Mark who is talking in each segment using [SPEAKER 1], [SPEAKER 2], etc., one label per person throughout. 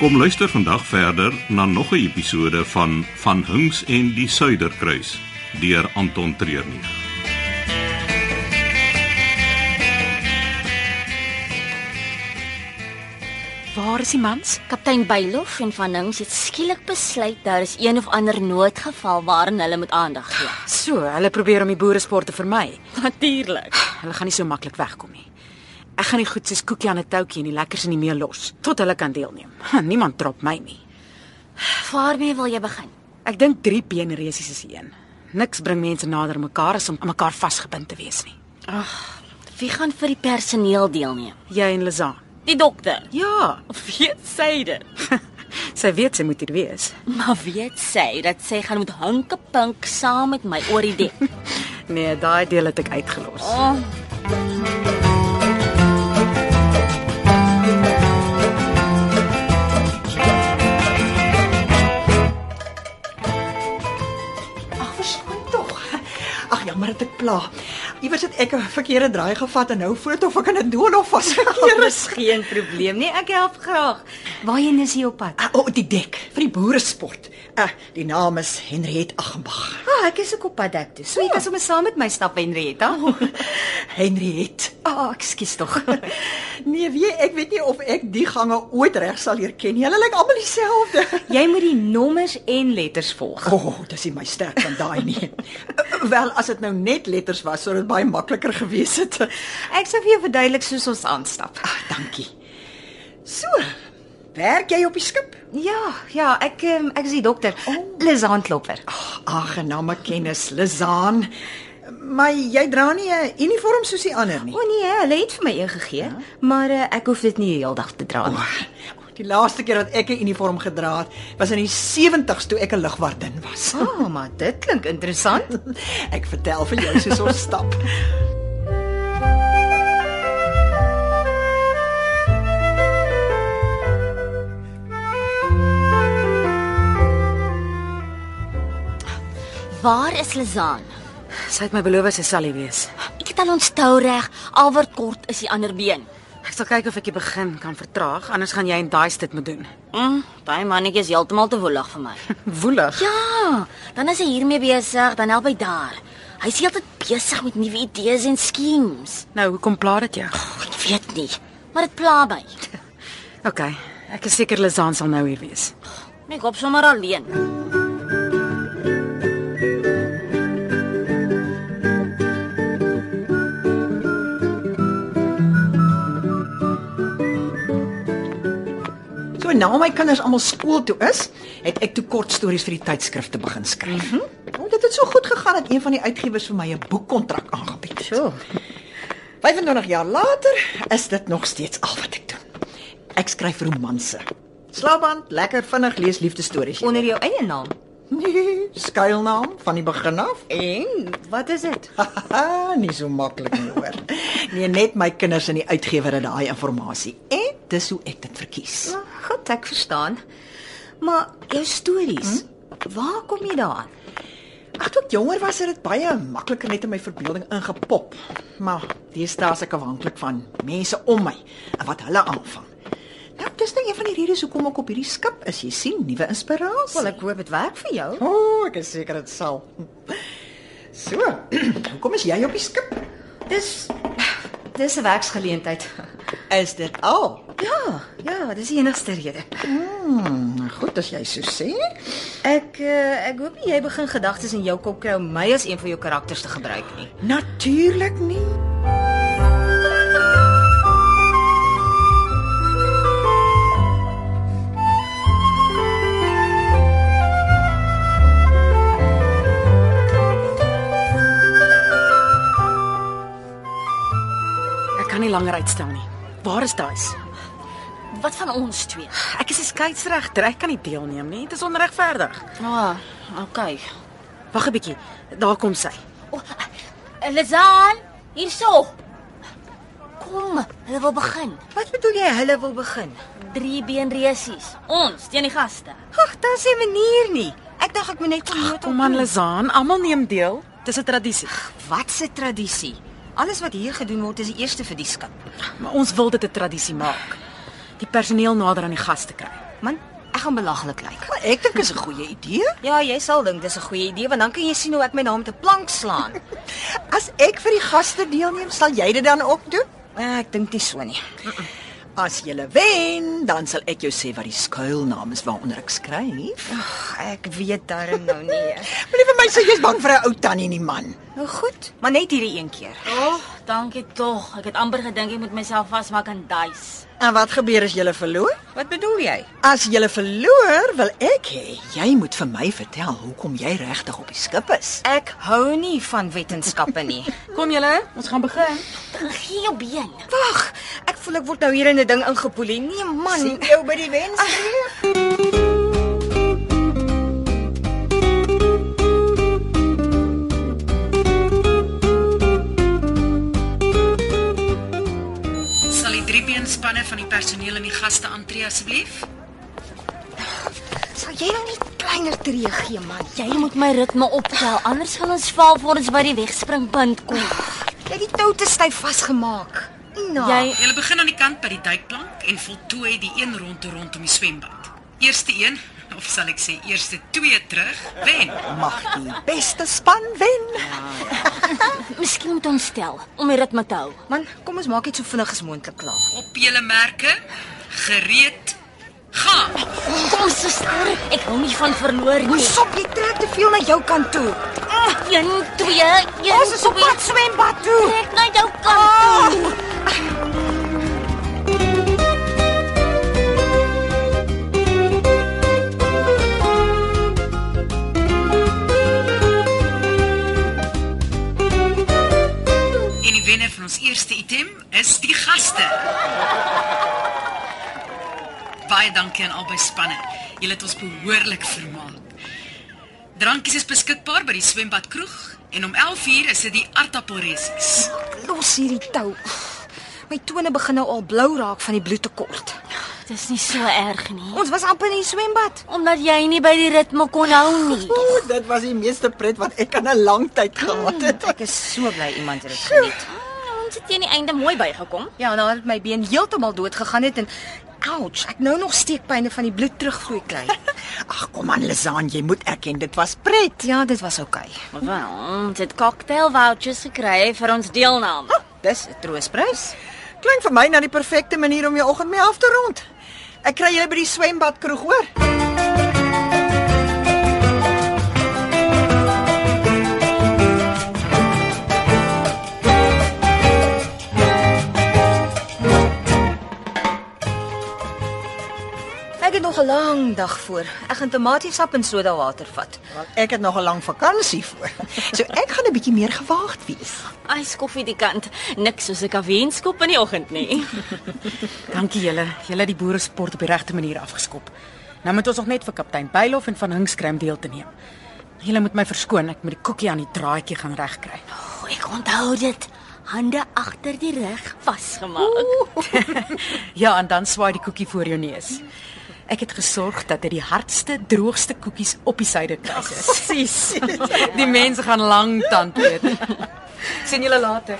[SPEAKER 1] Kom luister vandag verder na nog 'n episode van Van Hinks en die Suiderkruis deur Anton Treurnig.
[SPEAKER 2] Waar is die mans?
[SPEAKER 3] Kaptein Bylof en Van Hinks het skielik besluit daar is een of ander noodgeval waaraan hulle moet aandag gee.
[SPEAKER 2] So, hulle probeer om die boeresport te vermy.
[SPEAKER 3] Natuurlik.
[SPEAKER 2] Hulle gaan nie so maklik wegkom nie. Ek gaan die goed soos koekie aan 'n toutjie en die lekkers in die meel los tot hulle kan deelneem. Niemand trop my nie.
[SPEAKER 3] Waarmee wil jy begin?
[SPEAKER 2] Ek dink drie beenreisies is een. Niks bring mense nader mekaar as om aan mekaar vasgebind te wees nie.
[SPEAKER 3] Wie gaan vir die personeel deelneem?
[SPEAKER 2] Jy en Lizaan.
[SPEAKER 3] Die dokter.
[SPEAKER 2] Ja,
[SPEAKER 3] Weet sy dit?
[SPEAKER 2] sy weet sy moet hier wees.
[SPEAKER 3] Maar weet sy dat sy gaan moet hinkepink saam met my oor die dek?
[SPEAKER 2] Nee, daai deel het ek uitgelos.
[SPEAKER 3] Oh.
[SPEAKER 4] Ag, verstaan tog. Ag, jammer dat ek pla. Iewers het ek 'n verkeerde draai gevat en nou voel dit of ek in 'n doolhof vasgekeer is.
[SPEAKER 5] Geen probleem nie, ek help graag. Waarheen is jy op pad?
[SPEAKER 4] Ah, o, oh, die dek vir die boeresport. Ah, die naam is Henriet Aggenbach.
[SPEAKER 5] Ah, ek is ook op pad ek toe. So jy kan sommer saam met my stap, Henrietta.
[SPEAKER 4] Oh, Henriet.
[SPEAKER 5] Ah, ekskuus tog.
[SPEAKER 4] Nee, weet ek weet nie of ek die gange ooit reg sal leer ken nie. Hulle lyk almal dieselfde.
[SPEAKER 5] Jy moet die nommers en letters volg.
[SPEAKER 4] O, oh, dis nie my sterk van daai nie. Wel, as dit nou net letters was, sou dit baie makliker gewees het.
[SPEAKER 5] Ek sal vir jou verduidelik soos ons aanstap.
[SPEAKER 4] Ag, dankie. So, werk jy op die skip?
[SPEAKER 5] Ja, ja, ek ehm, ek is die dokter. Oh. Lizaan Klopper.
[SPEAKER 4] Aangename kennis, Lizaan. Maar jy dra nie 'n uniform soos die ander nie.
[SPEAKER 5] O nee, hulle het vir my een gegee, ja? maar uh, ek hoef dit nie heeldag te dra nie.
[SPEAKER 4] Die laaste keer dat ek 'n uniform gedra het, was in die 70's toe ek 'n lugwagdin was.
[SPEAKER 5] Ah, oh, maar dit klink interessant.
[SPEAKER 4] Ek vertel vir jou soos ons stap.
[SPEAKER 3] Waar is Lizaan?
[SPEAKER 2] Sy het my beloof sy sal hier wees.
[SPEAKER 3] Ek het al ons tou reg. Alwerd kort is die ander been.
[SPEAKER 2] Ek sal kyk of ek die begin kan vertraag, anders gaan jy en daai dit moet doen.
[SPEAKER 3] Mm, daai mannetjie is heeltemal te woelig vir my.
[SPEAKER 2] Woelig.
[SPEAKER 3] Ja, dan is hy hiermee besig, dan help hy daar. Hy is heeltyd besig met nuwe idees en schemes.
[SPEAKER 2] Nou, hoekom pla dit jou?
[SPEAKER 3] Ek weet nie, maar dit pla my.
[SPEAKER 2] OK, ek is seker Lizaan sal nou hier wees.
[SPEAKER 3] Ek op sommer alleen.
[SPEAKER 4] So na my kinders almal skool toe is, het ek toe kort stories vir die tydskrifte begin skryf. Mm
[SPEAKER 5] Mhm.
[SPEAKER 4] -hmm. oh, dit het so goed gegaan dat een van die uitgewers vir my 'n boekkontrak aangebied het.
[SPEAKER 2] So.
[SPEAKER 4] 25 jaar later is dit nog steeds al wat ek doen. Ek skryf romanse. Slaapband, lekker vinnig lees liefdesstories.
[SPEAKER 5] Onder jou eie naam.
[SPEAKER 4] Nee, skuilnaam van die begin af.
[SPEAKER 5] En wat is dit?
[SPEAKER 4] Haha, nie so maklik nie hoor. Nee, net my kinders en die uitgewer het daai inligting en dis hoe ek dit verkies.
[SPEAKER 5] Nou, Goed, ek verstaan. Maar jou stories,
[SPEAKER 3] Hm?
[SPEAKER 5] waar kom jy daaraan?
[SPEAKER 4] Ag, toe ek jonger was, het dit baie makliker net in my verbeelding ingepop. Maar deesdae is ek afhanklik van mense om my en wat hulle aanvang. Nou, dis nou een van die redes hoekom ek op hierdie skip is. Jy sien, nuwe inspirasie.
[SPEAKER 5] Wel, ek hoop dit werk vir jou.
[SPEAKER 4] O, oh, ek is seker dit sal. So, hoekom is jy op die skip?
[SPEAKER 5] Dis dis 'n werksgeleentheid.
[SPEAKER 4] Is dit al?
[SPEAKER 3] Oh.
[SPEAKER 5] Ja, ja, dis die enigste rede.
[SPEAKER 4] Hmm, goed as jy so sê.
[SPEAKER 5] Ek eh, ek hoop nie jy begin gedagtes in jou kop kry om my as een van jou karakters te gebruik nie.
[SPEAKER 4] Natuurlik nie.
[SPEAKER 2] Ek kan nie langer uitstel nie. Waar is daai?
[SPEAKER 3] Wat van ons twee?
[SPEAKER 2] Ek is 'n skeieregter. Ek kan nie deelneem nie. Dit is onregverdig.
[SPEAKER 3] Ah, okay.
[SPEAKER 2] Wag 'n bietjie. Daar kom sy.
[SPEAKER 3] Oh, Lazaan, hierso. Kom, hulle wil begin.
[SPEAKER 5] Wat bedoel jy hulle wil begin?
[SPEAKER 3] Drie beenreisies. Ons teen die gaste.
[SPEAKER 5] Ag, daar's 'n manier nie. Ek dink ek moet net vermoed
[SPEAKER 2] Kom aan, Lizaan, almal neem deel. Dis 'n tradisie.
[SPEAKER 5] Wat se tradisie? Alles wat hier gedoen word is die eerste vir die skip.
[SPEAKER 2] Maar ons wil dit 'n tradisie maak. Die personeel nader aan die gaste kry.
[SPEAKER 5] Man, ek gaan belaglik lyk.
[SPEAKER 4] Maar ek dink is 'n goeie idee.
[SPEAKER 5] Ja, jy sal dink dis 'n goeie idee want dan kan jy sien hoe ek my naam te plank slaan.
[SPEAKER 4] As ek vir die gaste deelneem, sal jy dit dan ook doen?
[SPEAKER 5] Eh, Ek dink nie so nie.
[SPEAKER 4] As jy wen, dan sal ek jou sê wat die skuilnaam is waaronder ek skryf.
[SPEAKER 5] Ag, Ek weet daarom nou nie.
[SPEAKER 4] Moenie vir my sê jy's bang vir 'n ou tannie nie, man.
[SPEAKER 5] Nou goed, maar net hierdie een keer.
[SPEAKER 3] Oh, dankie tog. Ek het amper gedink ek moet myself vasmaak aan duis.
[SPEAKER 4] En wat gebeur as jy verloor?
[SPEAKER 5] Wat bedoel jy?
[SPEAKER 4] As jy verloor, wil ek hê jy moet vir my vertel hoekom jy regtig op die skip is.
[SPEAKER 5] Ek hou nie van wetenskappe nie.
[SPEAKER 2] Kom julle, ons gaan begin.
[SPEAKER 3] Gee jou been.
[SPEAKER 5] Wag, ek voel ek word nou hier in 'n ding ingepoelie. Nee man, Ah,
[SPEAKER 4] jou by die wens.
[SPEAKER 2] Sal die driebeenspanne van die personeel en die gaste aantree asseblief?
[SPEAKER 5] sal jy nou nie kleiner tree gee man?
[SPEAKER 3] Jy moet my ritme optel, anders gaan ons val voor ons by die wegspringpunt kom.
[SPEAKER 5] Jy het die tou te styf vasgemaak. Ina.
[SPEAKER 3] Jy
[SPEAKER 2] Julle begin aan die kant by die duikplank en voltooi die een ronde rondom die swembad. Eerste een, of sal ek sê eerste twee terug, wen.
[SPEAKER 4] Mag die beste span wen.
[SPEAKER 3] miskien moet ons stel om die ritme te hou.
[SPEAKER 5] man, kom ons maak dit so vinnig as moontlik klaar.
[SPEAKER 2] Op julle merke, gereed, gaan.
[SPEAKER 3] Kom suster, ek hou nie van verloor nie.
[SPEAKER 5] Sop, jy trek te veel na jou kant toe.
[SPEAKER 3] 1 2 1
[SPEAKER 5] Ons is op pad swembad toe.
[SPEAKER 3] Trek na jou kant toe.
[SPEAKER 2] En die wenner van ons eerste item is die gaste. Baie dankie aan albei spanne. Julle het ons behoorlik vermaak. Drankies is beskikbaar by die swembad kroeg en om 11:00 is dit die aardappelreisies.
[SPEAKER 5] Los hierdie tou. My tone begin nou al blou raak van die bloedtekort.
[SPEAKER 3] Dis nie so erg nie.
[SPEAKER 5] Ons was amper in die swembad.
[SPEAKER 3] Omdat jy nie by die ritme kon hou nie.
[SPEAKER 4] Ooh, dit was die meeste pret wat ek aan 'n lang tyd gehad het.
[SPEAKER 5] Ek is so bly iemand het dit geniet.
[SPEAKER 3] Ah, Ons het teen die einde mooi bygekom.
[SPEAKER 5] Ja, nou het my been heeltemal dood gegaan het en ouch, ek nou nog steekpynne van die bloed terugvloei kry.
[SPEAKER 4] Ag kom aan Lizaan, jy moet erken dit was pret.
[SPEAKER 5] Ja, dit was oukei. Okay.
[SPEAKER 3] Wel, ons het cocktail vouchers gekry vir ons deelname.
[SPEAKER 5] Dis 'n troosprys.
[SPEAKER 4] Klink vir my na die perfekte manier om jou oggend mee af te rond. Ek kry julle by die swembad kroeg hoor.
[SPEAKER 5] Ek het nog 'n lang dag voor. Ek gaan tomatiesap en sodawater vat.
[SPEAKER 4] Want ek het nog 'n lang vakansie voor. So ek gaan 'n bietjie meer gewaagd wees.
[SPEAKER 3] Yskoffie die kant. Niks soos 'n kafeeskop in die oggend nie.
[SPEAKER 2] Dankie julle. Julle het die boere sport op die regte manier afgeskop. Nou moet ons nog net vir kaptein Bylof en van Hinkskrim deel te neem. Julle moet my verskoon, ek moet die koekie aan die draadjie gaan regkry.
[SPEAKER 3] O, ek onthou dit. Hande agter die rug vasgemaak.
[SPEAKER 2] Ja, en dan swaai die koekie voor jou neus. Ek het gesorg dat dit die hardste, droogste koekies op die suiderkruis is. Presies. Die mense gaan lank tand eet.
[SPEAKER 5] Sien julle later.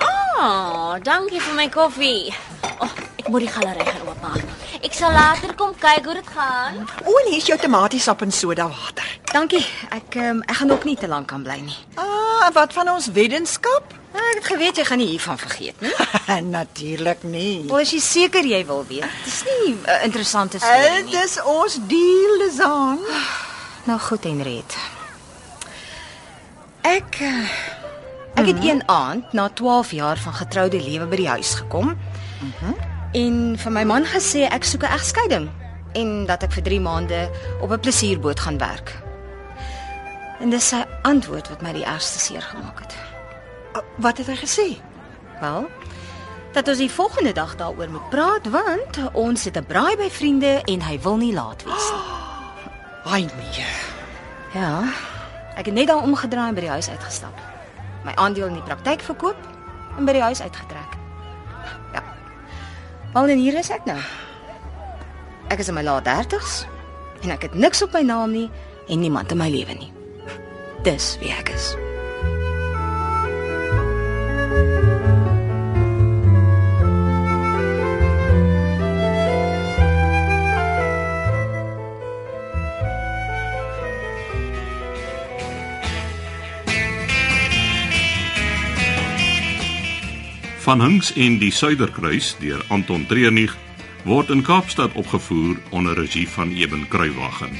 [SPEAKER 3] Ah, dankie vir my koffie. Oh, ek moet die galery gaan oopmaak. Ek sal later kom kyk hoe dit gaan.
[SPEAKER 4] O, en hier's jou tomatiesap en soda water.
[SPEAKER 5] Dankie. Ek um, ek gaan ook nie te lank kan bly nie. Ah,
[SPEAKER 4] Ah, en wat van ons weddenskap?
[SPEAKER 5] Ek het geweet jy gaan nie hiervan vergeet nie.
[SPEAKER 4] Natuurlik nie.
[SPEAKER 5] Wel, as jy seker jy wil weet. Dis nie eh, 'n interessante storie
[SPEAKER 4] Dit
[SPEAKER 5] nie.
[SPEAKER 4] is ons deal, Lizaan.
[SPEAKER 5] Nou goed, Henriet. Ek eh, ek het
[SPEAKER 4] Mhm.
[SPEAKER 5] een aand na 12 jaar van getroude lewe by die huis gekom.
[SPEAKER 4] Mhm.
[SPEAKER 5] En vir my man gesê ek soek 'n egskeiding en dat ek vir 3 maande op 'n plesierboot gaan werk. En dis sy antwoord wat my die ergste seer gemaak het.
[SPEAKER 4] Ah, Wat het hy gesê?
[SPEAKER 5] Wel, dat ons die volgende dag daaroor moet praat want ons het 'n braai by vriende en hy wil nie laat wees nie.
[SPEAKER 4] Ai nee.
[SPEAKER 5] Ja. Ek het net daar omgedraai en by die huis uitgestap. My aandeel in die praktyk verkoop en by die huis uitgetrek. Ja. Wel en hier is ek nou. Ek is in my laat 30's en ek het niks op my naam nie en niemand in my lewe nie. Dis wie ek is.
[SPEAKER 1] Van Hinks en die Suiderkruis deur Anton Treurnig word in Kaapstad opgevoer onder regie van Eben Kruiwagen.